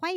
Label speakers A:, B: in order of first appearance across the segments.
A: 欢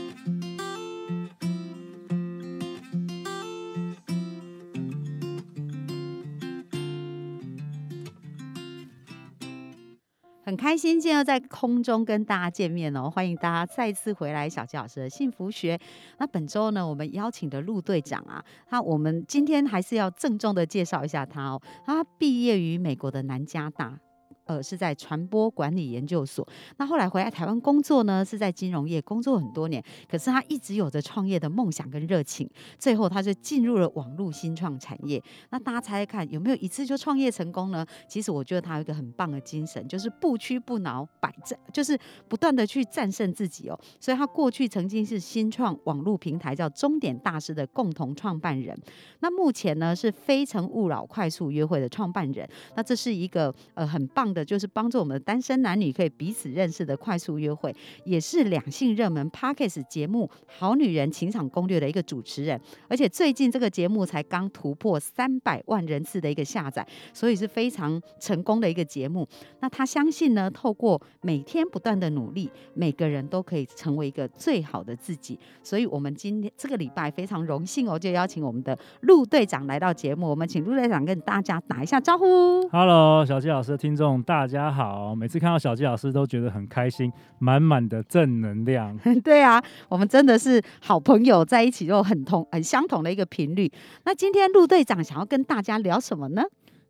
A: 很开心，今天又在空中跟大家见面哦！欢迎大家再次回来，小纪老师的幸福学。那本周呢，我们邀请的陆队长啊，他我们今天还是要郑重的介绍一下他哦。他毕业于美国的南加大，呃，是在传播管理研究所。那后来回来台湾工作呢，是在金融业工作很多年。可是他一直有着创业的梦想跟热情，最后他就进入了网络新创产业。那大家猜猜看，有没有一次就创业成功呢？其实我觉得他有一个很棒的精神，就是不屈不挠，百战，就是不断的去战胜自己哦。所以他过去曾经是新创网络平台叫终点大师的共同创办人，那目前呢是非诚勿扰快速约会的创办人。那这是一个呃很棒的，就是帮助我们的单身男女可以彼此认识的快速约会，也是两性热门 Pockets 节目《好女人情场攻略》的一个主持人。而且最近这个节目才刚突破三百万人次的一个下载，所以是非常成功的一个节目。那他相信呢，透过每天不断的努力，每个人都可以成为一个最好的自己。所以我们今天这个礼拜非常荣幸哦，就邀请我们的陆队长来到节目。我们请陆队长跟大家打一下招呼。
B: Hello，小纪老师的听众大家好，每次看到小纪老师都觉得很开心，满满的正能量。
A: 对啊，我们真的是好朋友在一起，都很同很相同的一个频率。那今天陆队长想要跟大家聊什么呢？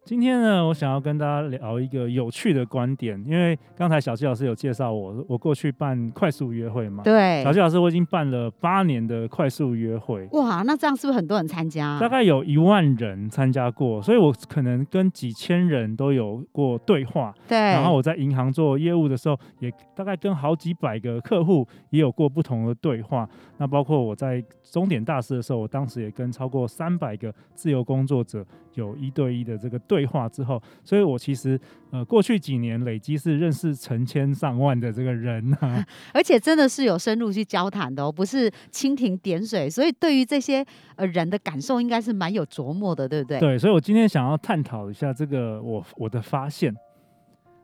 B: 今天呢，我想要跟大家聊一个有趣的观点，因为刚才小纪老师有介绍我，我过去办快速约会嘛。
A: 对
B: 小纪老师，我已经办了八年的快速约会，
A: 哇，那这样是不是很多人参加啊、
B: 大概有一万人参加过，所以我可能跟几千人都有过对话。
A: 对，
B: 然后我在银行做业务的时候，也大概跟好几百个客户也有过不同的对话。那包括我在终点大师的时候，我当时也跟超过三百个自由工作者有一对一的这个对话之后，所以我其实呃过去几年累积是认识成千上万的这个人啊。
A: 而且真的是有深入去交谈的哦，不是蜻蜓点水，所以对于这些呃人的感受应该是蛮有琢磨的，对不对？
B: 对，所以我今天想要探讨一下这个我我的发现。
A: 嗯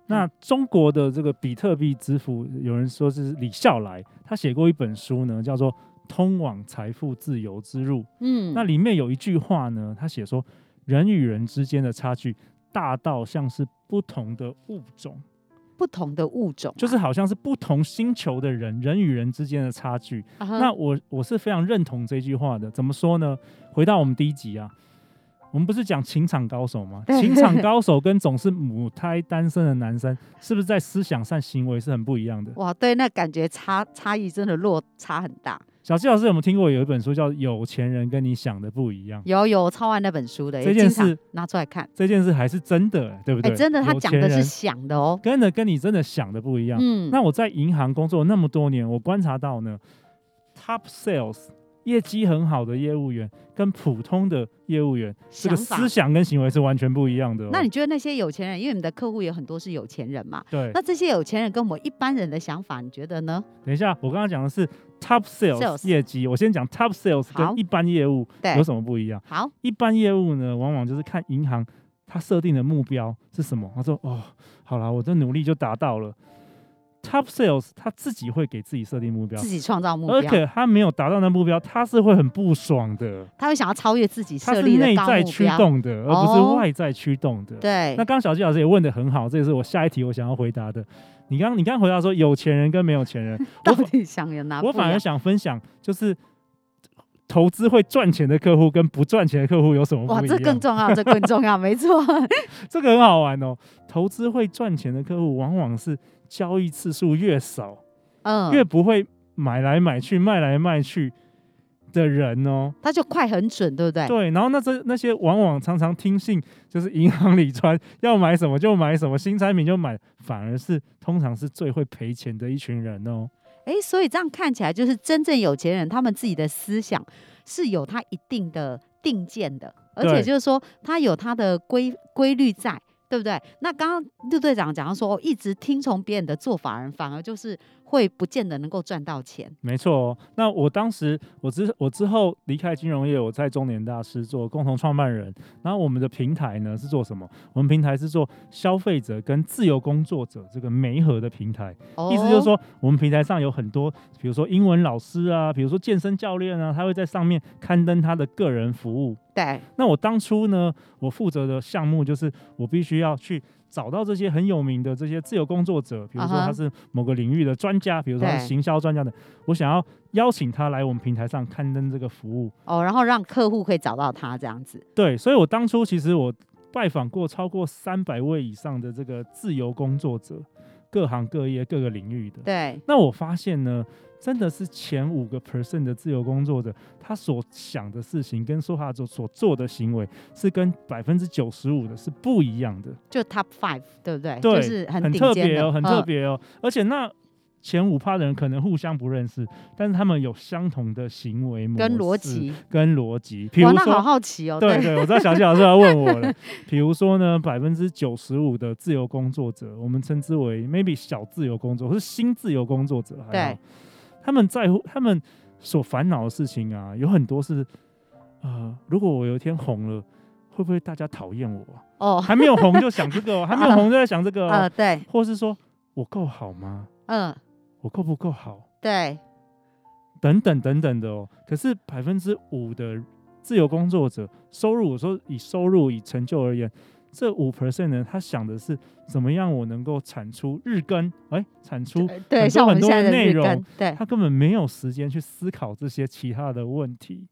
B: 那中国的这个比特币之父，有人说是李笑来，他写过一本书呢，叫做《通往财富自由之路》。
A: 嗯，
B: 那里面有一句话呢，他写说，人与人之间的差距大到像是不同的物种，
A: 不同的物种啊、
B: 就是好像是不同星球的人，人与人之间的差距。
A: 啊哈
B: 那我我是非常认同这句话的。怎么说呢？回到我们第一集啊，我们不是讲情场高手吗？
A: 对
B: 情场高手跟总是母胎单身的男生，是不是在思想上、行为是很不一样的？
A: 哇，对，那感觉差差异真的落差很大。
B: 小纪老师有没有听过有一本书叫《有钱人跟你想的不一样》？
A: 有有，我超爱那本书的，
B: 这
A: 也
B: 件
A: 经常
B: 事
A: 拿出来看。
B: 这件事还是真的、欸对不
A: 哎、
B: 对？
A: 真的，他
B: 有
A: 讲
B: 钱
A: 的是
B: 人
A: 想的哦。
B: 真的跟你真的想的不一样。
A: 嗯，
B: 那我在银行工作那么多年，我观察到呢，top sales 业绩很好的业务员跟普通的业务员，这
A: 想
B: 个
A: 法
B: 思想跟行为是完全不一样的、哦。
A: 那你觉得那些有钱人，因为你的客户有很多是有钱人嘛？
B: 对，
A: 那这些有钱人跟我们一般人的想法，你觉得呢？
B: 等一下，我刚刚讲的是 top sales
A: Sales
B: 业绩，我先讲 top sales
A: 好
B: 跟一般业务
A: 对
B: 有什么不一样？
A: 好，
B: 一般业务呢，往往就是看银行它设定的目标是什么。他说：“哦，好啦，我这努力就达到了。” Top sales 他自己会给自己设定目标
A: 自，己创造目
B: 而
A: 标，
B: 且他没有达到那目标，他是会很不爽的，
A: 他会想要超越自己
B: 他
A: 设
B: 是
A: 立的
B: 内
A: 高
B: 在
A: 目
B: 驱
A: 标。
B: 动的，而不
A: 哦
B: 是外在驱动的。
A: 对，
B: 那刚刚小纪老师也问的很好，这也是我下一题我想要回答的。你刚你刚回答说有钱人跟没有 钱人，
A: 到
B: 我
A: 底想有啊哪不一
B: 我
A: 样？
B: 反而想分享就是。投资会赚钱的客户跟不赚钱的客户有什么不一
A: 哇，
B: 样？
A: 这更重要，这更重要，没 错。
B: 这个很好玩哦。投资会赚钱的客户，往往是交易次数越少，
A: 嗯，
B: 越不会买来买去、卖来卖去的人哦。
A: 他就快很准，对不对？
B: 对，然后那这那些往往常常听信，就是银行里传要买什么就买什么，新产品就买，反而是通常是最会赔钱的一群人哦。
A: 哎，所以这样看起来，就是真正有钱人，他们自己的思想是有他一定的定见的，而且
B: 对
A: 就是说，他有他的规规律哦在。对不对？那刚刚陆队长讲到说，一直听从别人的做法人，反而就是会不见得能够赚到钱。
B: 没错、哦。那我当时，我之我之后离开金融业，我在中年大师做共同创办人。然后我们的平台呢是做什么？我们平台是做消费者跟自由工作者这个媒合的平台。
A: 哦
B: 意思就是，说，我们平台上有很多，比如说英文老师啊，比如说健身教练啊，他会在上面刊登他的个人服务。
A: 对，
B: 那我当初呢，我负责的项目就是我必须要去找到这些很有名的这些自由工作者，比如说
A: 啊哈
B: 他是某个领域的专家，比如说他
A: 对
B: 是行销专家的，我想要邀请他来我们平台上刊登这个服务。
A: 哦，然后让客户可以找到他这样子。
B: 对，所以我当初其实我拜访过超过三百位以上的这个自由工作者，各行各业各个领域的。
A: 对，
B: 那我发现呢，真的是前五个 percent 的自由工作者，他所想的事情跟说话所所做的行为，是跟百分之九十五的是不一样的。
A: 就 Top Five，对不对？
B: 对，
A: 就是很顶
B: 特
A: 尖
B: 别
A: 的，
B: 哦，很
A: 嗯
B: 特。别哦。而且那前五趴的人可能互相不认识，但是他们有相同的行为模式、
A: 跟逻、辑，
B: 跟逻辑。比如
A: 哇，那
B: 说，
A: 好好奇哦。
B: 对，对，我知道小纪老师要问我 了。比如说呢，百分之九十五的自由工作者，我们称之为 maybe 小自由工作，或是新自由工作者，还好
A: 对
B: 他们在乎他们所烦恼的事情啊，有很多是，呃，如果我有一天红了，会不会大家讨厌我啊、
A: 哦，
B: 还没有红就想这个、哦，还没有红就在想这个、哦，
A: 呃，对，
B: 或是说我够好吗？
A: 嗯，
B: 我够不够好？
A: 对，
B: 等等等等的哦。可是百分之五的自由工作者收入，我说以收入以成就而言，这五 percent 呢，他想的是怎么样我能够产出日更，哎，产出，
A: 呃
B: 很
A: 对，
B: 多
A: 像我
B: 很
A: 们
B: 多
A: 现在的
B: 内
A: 日
B: 容
A: 更，对，
B: 他根本没有时间去思考这些其他的问题。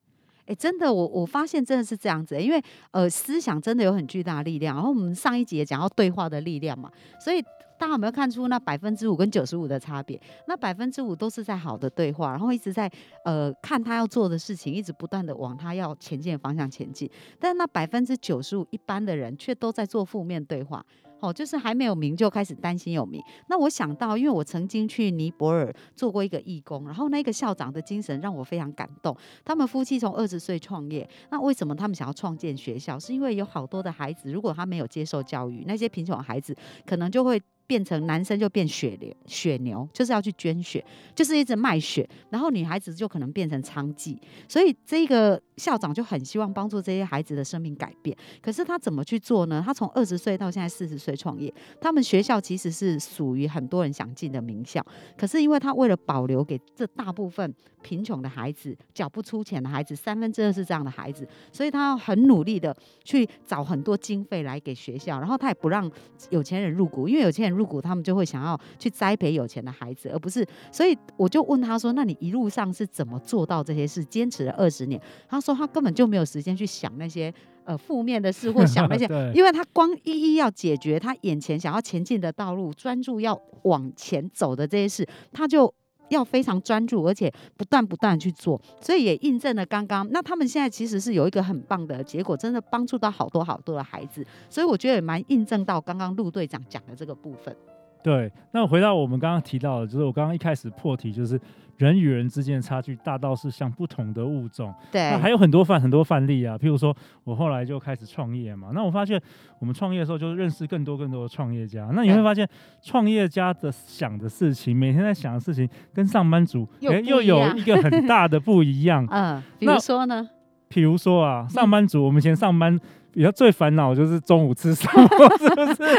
A: 哎、真的，我我发现真的是这样子欸、因为呃，思想真的有很巨大的力量。然后我们上一集也讲到对话的力量嘛，所以大家有没有看出那百分之五跟九十五的差别？那百分之五都是在好的对话，然后一直在呃看他要做的事情，一直不断的往他要前进的方向前进。但那百分之九十五一般的人却都在做负面对话。哦，就是还没有名就开始担心有名。那我想到，因为我曾经去尼泊尔做过一个义工，然后那个校长的精神让我非常感动。他们夫妻从二十岁创业，那为什么他们想要创建学校？是因为有好多的孩子，如果他没有接受教育，那些贫穷的孩子可能就会。变成男生就变血流血牛，就是要去捐血，就是一直卖血。然后女孩子就可能变成娼妓，所以这个校长就很希望帮助这些孩子的生命改变。可是他怎么去做呢？他从二十岁到现在四十岁创业，他们学校其实是属于很多人想进的名校，可是因为他为了保留给这大部分贫穷的孩子、缴不出钱的孩子，三分之二是这样的孩子，所以他要很努力的去找很多经费来给学校，然后他也不让有钱人入股，因为有钱人入股，他们就会想要去栽培有钱的孩子，而不是。所以我就问他说：“那你一路上是怎么做到这些事？坚持了二十年？”他说他根本就没有时间去想那些呃负面的事或想那些
B: 对
A: 因为他光一一要解决他眼前想要前进的道路，专注要往前走的这些事，他就要非常专注，而且不断不断地去做，所以也印证了刚刚。那他们现在其实是有一个很棒的结果，真的帮助到好多好多的孩子，所以我觉得也蛮印证到刚刚陆队长讲的这个部分。
B: 对，那回到我们刚刚提到的，就是我刚刚一开始破题，就是人与人之间的差距大到是像不同的物种。那
A: 对，
B: 还有很多范很多范例啊，譬如说我后来就开始创业嘛，那我发现我们创业的时候就认识更多更多的创业家，那你
A: 对
B: 会发现创业家的想的事情，每天在想的事情跟上班族
A: 又
B: 诶
A: 不
B: 又
A: 一
B: 有
A: 样
B: 一个很大的不 一样。
A: 嗯，比
B: 那
A: 如说呢？
B: 譬如说啊，上班族我们以前上
A: 嗯
B: 班比较最烦恼就是中午吃什 么，是不是？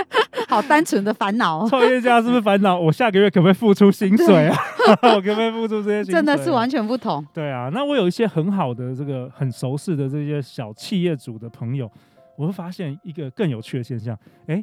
A: 好单纯的烦恼哦，
B: 创业家是不是烦恼我下个月可不可以付出薪 水啊？ 我可不可以付出这些薪水啊？
A: 真的是完全不同。
B: 对啊，那我有一些很好的这个很熟识的这些小企业主的朋友，我会发现一个更有趣的现象。诶，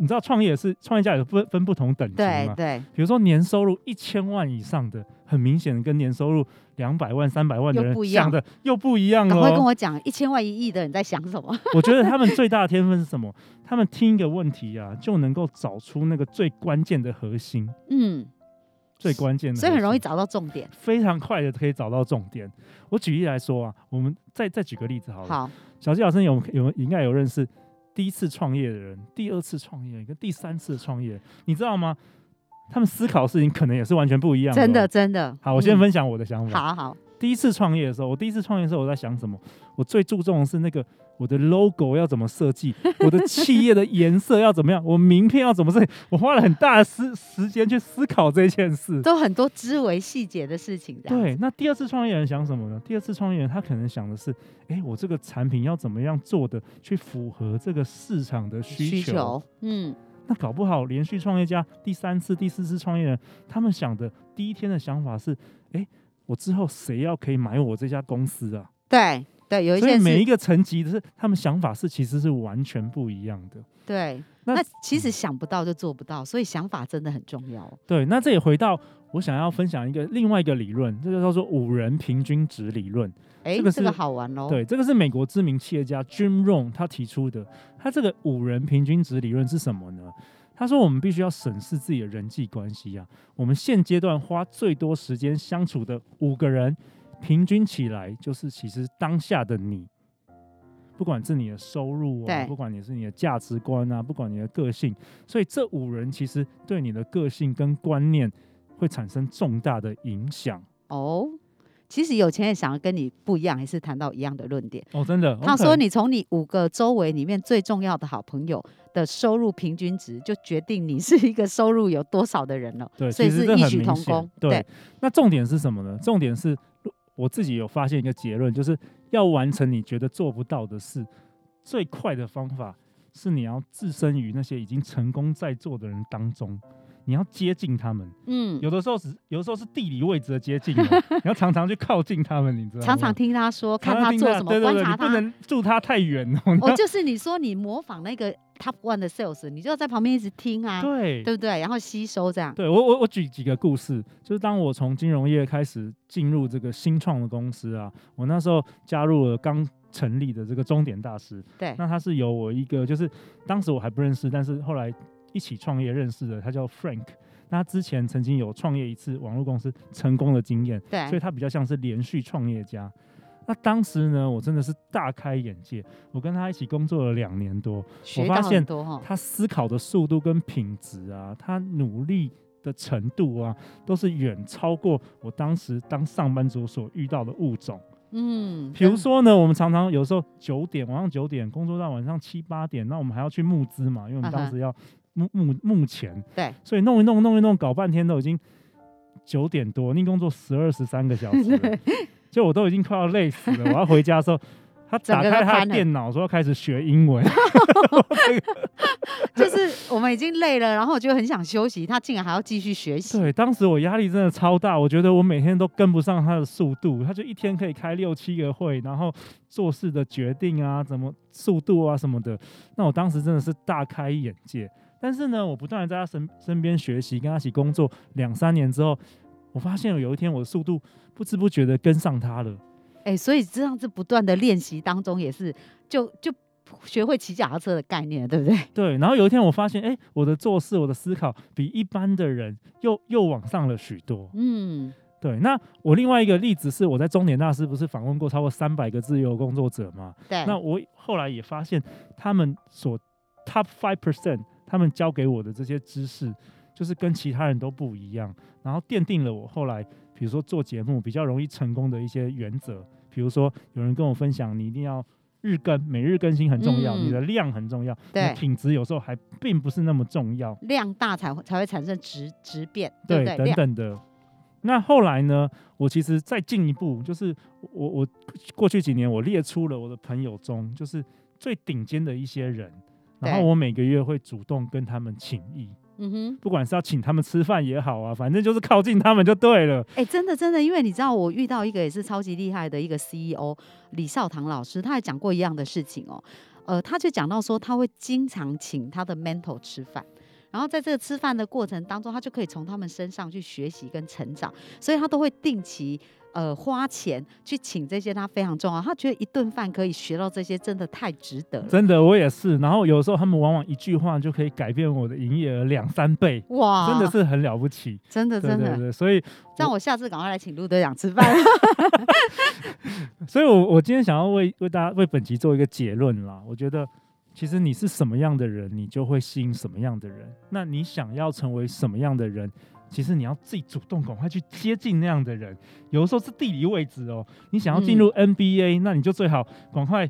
B: 你知道创业是创业家有分分不同等级
A: 对
B: 嘛？
A: 对，
B: 比如说年收入一千万以上的，很明显跟年收入两百万、三百万的
A: 又不
B: 人
A: 一样
B: 想的又不一样
A: 赶快跟
B: 哦。
A: 我讲一千万一亿的你在想什么？
B: 我觉得他们最大的天分是什么？他们听一个问题啊，就能够找出那个最关键的核心，
A: 嗯，
B: 最关键的核心。
A: 所以很容易找到重点。
B: 非常快的可以找到重点。我举例来说啊，我们再再举个例子好了。
A: 好，
B: 小纪老师有有应该有认识第一次创业的人、第二次创业跟第三次创业，你知道吗？他们思考的事情可能也是完全不一样的哦。
A: 真的真的。
B: 好，我先
A: 嗯
B: 分享我的想法。
A: 好好，
B: 第一次创业的时候，我第一次创业的时候，我在想什么？我最注重的是那个我的 logo 要怎么设计， 我的企业的颜色要怎么样，我名片要怎么设计。我花了很大的时时间去思考这件事。
A: 都很多枝微细节的事情，这样
B: 对，那第二次创业人想什么呢？第二次创业人他可能想的是，诶，我这个产品要怎么样做的去符合这个市场的
A: 需求，嗯，
B: 那搞不好连续创业家第三次、第四次创业人，他们想的第一天的想法是：诶，我之后谁要可以买我这家公司啊？
A: 对对，有一
B: 所
A: 些
B: 以每一
A: 是，
B: 个层级的是他们想法是其实是完全不一样的。
A: 对，
B: 那
A: 那其实想不到就做不到，所以想法真的很重要哦。
B: 对，那这也回到我想要分享一个另外一个理论，这个叫做五人平均值理论。
A: 哎，
B: 这个
A: 这个
B: 是
A: 好玩哦。
B: 对，这个是美国知名企业家 Jim Rohn 他提出的。他这个五人平均值理论是什么呢？他说我们必须要审视自己的人际关系啊，我们现阶段花最多时间相处的五个人，平均起来就是其实当下的你。不管是你的收入啊，
A: 对
B: 不管你是你的价值观啊，不管你的个性，所以这五人其实对你的个性跟观念会产生重大的影响
A: 哦，其实有钱人想要跟你不一样，还是谈到一样的论点。
B: 哦，真的。
A: 他
B: OK
A: 说，你从你五个周围里面最重要的好朋友的收入平均值，就决定你是一个收入有多少的人了。
B: 对，
A: 所以
B: 其实
A: 是
B: 这
A: 异
B: 很
A: 曲
B: 明
A: 同
B: 显
A: 工。
B: 对，那重点是什么呢？重点是我自己有发现一个结论，就是要完成你觉得做不到的事，最快的方法是你要置身于那些已经成功在做的人当中。你要接近他们，
A: 嗯，
B: 有的时候是有的时候是地理位置的接近哦、 你要常常去靠近他们，你知道吗？
A: 常常听他说，看
B: 常
A: 他
B: 听
A: 做什么，
B: 对对
A: 观
B: 对，你
A: 察
B: 不
A: 他。
B: 能住他太远哦。
A: 哦，就是你说你模仿那个 Top One 的 Sales，你就要在旁边一直听啊，
B: 对
A: 对不对？然后吸收这样。
B: 对我我我举几个故事，就是当我从金融业开始进入这个新创的公司啊，我那时候加入了刚成立的这个终点大师，
A: 对，
B: 那他是由我一个就是当时我还不认识，但是后来一起创业认识的，他叫 Frank。那他之前曾经有创业一次网络公司成功的经验，所以
A: 对，
B: 他比较像是连续创业家。那当时呢，我真的是大开眼界，我跟他一起工作了两年多，
A: 学
B: 发
A: 到
B: 现
A: 很多哈、
B: 他思考的速度跟品质啊，他努力的程度啊，都是远超过我当时当上班族所遇到的物种。
A: 嗯，
B: 比如
A: 真
B: 说呢，我们常常有时候九点晚上九点工作到晚上七八点，那我们还要去募资嘛，因为我
A: 嗯
B: 们
A: 哼
B: 当时要募募募钱，
A: 对，
B: 所以弄一弄弄一弄，搞半天都已经九点多，你工作十二十三个小 时了，就我都已经快要累死了，我要回家的时候。他
A: 整
B: 打
A: 个都
B: 开他
A: 瘫
B: 的
A: 了
B: 电脑，说要开始学英文，
A: 就是我们已经累了，然后我就很想休息，他竟然还要继续学习。
B: 对，当时我压力真的超大，我觉得我每天都跟不上他的速度，他就一天可以开六七个会，然后做事的决定啊，怎么速度啊什么的，那我当时真的是大开眼界。但是呢，我不断的在他身身边学习，跟他一起工作两三年之后，我发现有一天我的速度不知不觉的跟上他了。
A: 哎、所以这样子不断的练习当中，也是就就学会骑脚踏车的概念了，对不对？
B: 对，然后有一天我发现，哎，我的做事，我的思考比一般的人又又往上了许多。
A: 嗯，
B: 对，那我另外一个例子是，我在中年大师不是访问过超过三百个自由工作者吗？
A: 对。
B: 那我后来也发现，他们所 top five percent，他们教给我的这些知识，就是跟其他人都不一样，然后奠定了我后来，比如说做节目比较容易成功的一些原则。比如说，有人跟我分享，你一定要日更，每日更新很重要，
A: 嗯
B: 你的量很重要，你
A: 对
B: 的品质有时候还并不是那么重要。
A: 量大才会才会产生质质变，对
B: 对
A: 不对？
B: 等
A: 量
B: 等的。那后来呢？我其实再进一步，就是我我过去几年我列出了我的朋友中，就是最顶尖的一些人，然后
A: 对
B: 我每个月会主动跟他们请益，
A: 嗯哼，
B: 不管是要请他们吃饭也好啊，反正就是靠近他们就对了。
A: 哎、真的真的，因为你知道，我遇到一个也是超级厉害的一个 CEO 李少棠老师，他也讲过一样的事情哦。呃，他就讲到说，他会经常请他的 mentor 吃饭，然后在这个吃饭的过程当中，他就可以从他们身上去学习跟成长，所以他都会定期。呃，花钱去请这些他非常重要，他觉得一顿饭可以学到这些，真的太值得了。
B: 真的，我也是。然后有时候他们往往一句话就可以改变我的营业额两三倍，
A: 哇，
B: 真的是很了不起。
A: 真的哦
B: 对
A: 真
B: 对
A: 的，
B: 对，所以
A: 让我下次赶快来请陆队长吃 饭。
B: 所以我，我今天想要为为大家为本集做一个结论啦。我觉得，其实你是什么样的人，你就会吸引什么样的人。那你想要成为什么样的人，其实你要自己主动赶快去接近那样的人。有的时候是地理位置哦，你想要进入 NBA，、那你就最好赶快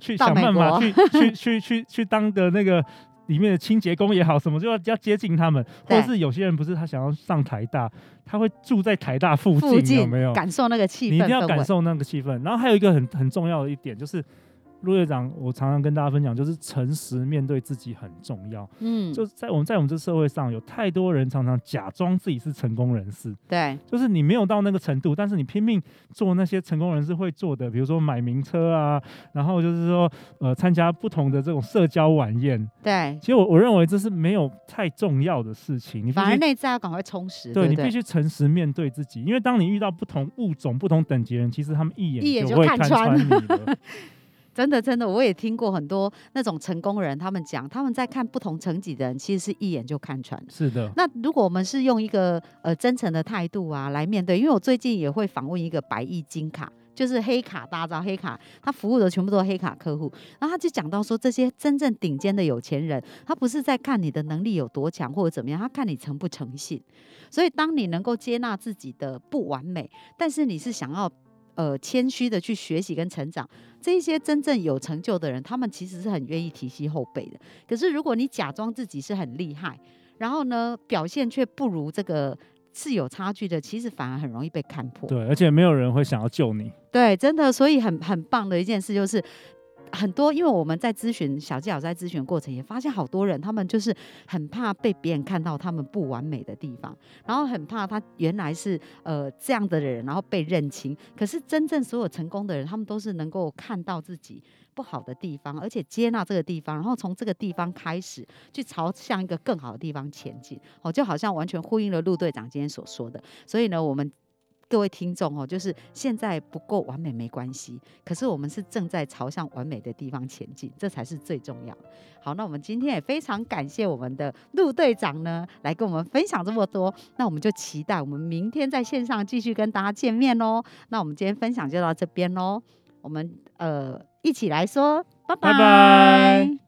B: 去
A: 嗯到
B: 想
A: 美
B: 办法
A: 国
B: 去去去去去当个那个。里面的清洁工也好，什么就要要接近他们，或
A: 对
B: 者是有些人不是他想要上台大，他会住在台大附近，
A: 附
B: 有
A: 近
B: 没有？
A: 感受那个气
B: 你一
A: 氛
B: 定要
A: 氛
B: 感
A: 围，
B: 受那个气氛。然后还有一个很很重要的一点就是，陆队长，我常常跟大家分享，就是诚实面对自己很重要。
A: 嗯，
B: 就是在我们在我们这社会上，有太多人常常假装自己是成功人士，
A: 对，
B: 就是你没有到那个程度，但是你拼命做那些成功人士会做的，比如说买名车啊，然后就是说呃参加不同的这种社交晚宴。
A: 对，
B: 其实我我认为这是没有太重要的事情，你必
A: 反而
B: 须
A: 内在要赶快充实，
B: 对
A: 不
B: 你必须诚实面对自己，因为当你遇到不同物种、不同等级的人，其实他们一
A: 一眼
B: 眼
A: 就
B: 会
A: 看
B: 看
A: 穿
B: 穿你的。
A: 真的真的，我也听过很多那种成功人，他们讲他们在看不同层级的人，其实是一眼就看穿了。
B: 是的，
A: 那如果我们是用一个呃真诚的态度啊来面对，因为我最近也会访问一个百亿金卡，就是黑卡，大家知道黑卡，他服务的全部都是黑卡客户。然后他就讲到说，这些真正顶尖的有钱人，他不是在看你的能力有多强或者怎么样，他看你诚不诚信。所以，当你能够接纳自己的不完美，但是你是想要。呃，谦虚的去学习跟成长，这一些真正有成就的人，他们其实是很愿意提携后辈的。可是，如果你假装自己是很厉害，然后呢，表现却不如这个是有差距的，其实反而很容易被看破。
B: 对，而且没有人会想要救你。
A: 对，真的，所以很很棒的一件事就是。很多，因为我们在咨询小纪老师在咨询过程也发现，好多人他们就是很怕被别人看到他们不完美的地方，然后很怕他原来是呃这样的人，然后被认清。可是真正所有成功的人，他们都是能够看到自己不好的地方，而且接纳这个地方，然后从这个地方开始去朝向一个更好的地方前进。哦，就好像完全呼应了陆队长今天所说的。所以呢，我们各位听众哦，就是现在不够完美没关系，可是我们是正在朝向完美的地方前进，这才是最重要的。好，那我们今天也非常感谢我们的陆队长呢，来跟我们分享这么多。那我们就期待我们明天在线上继续跟大家见面喽。那我们今天分享就到这边喽，我们呃一起来说拜
B: 拜拜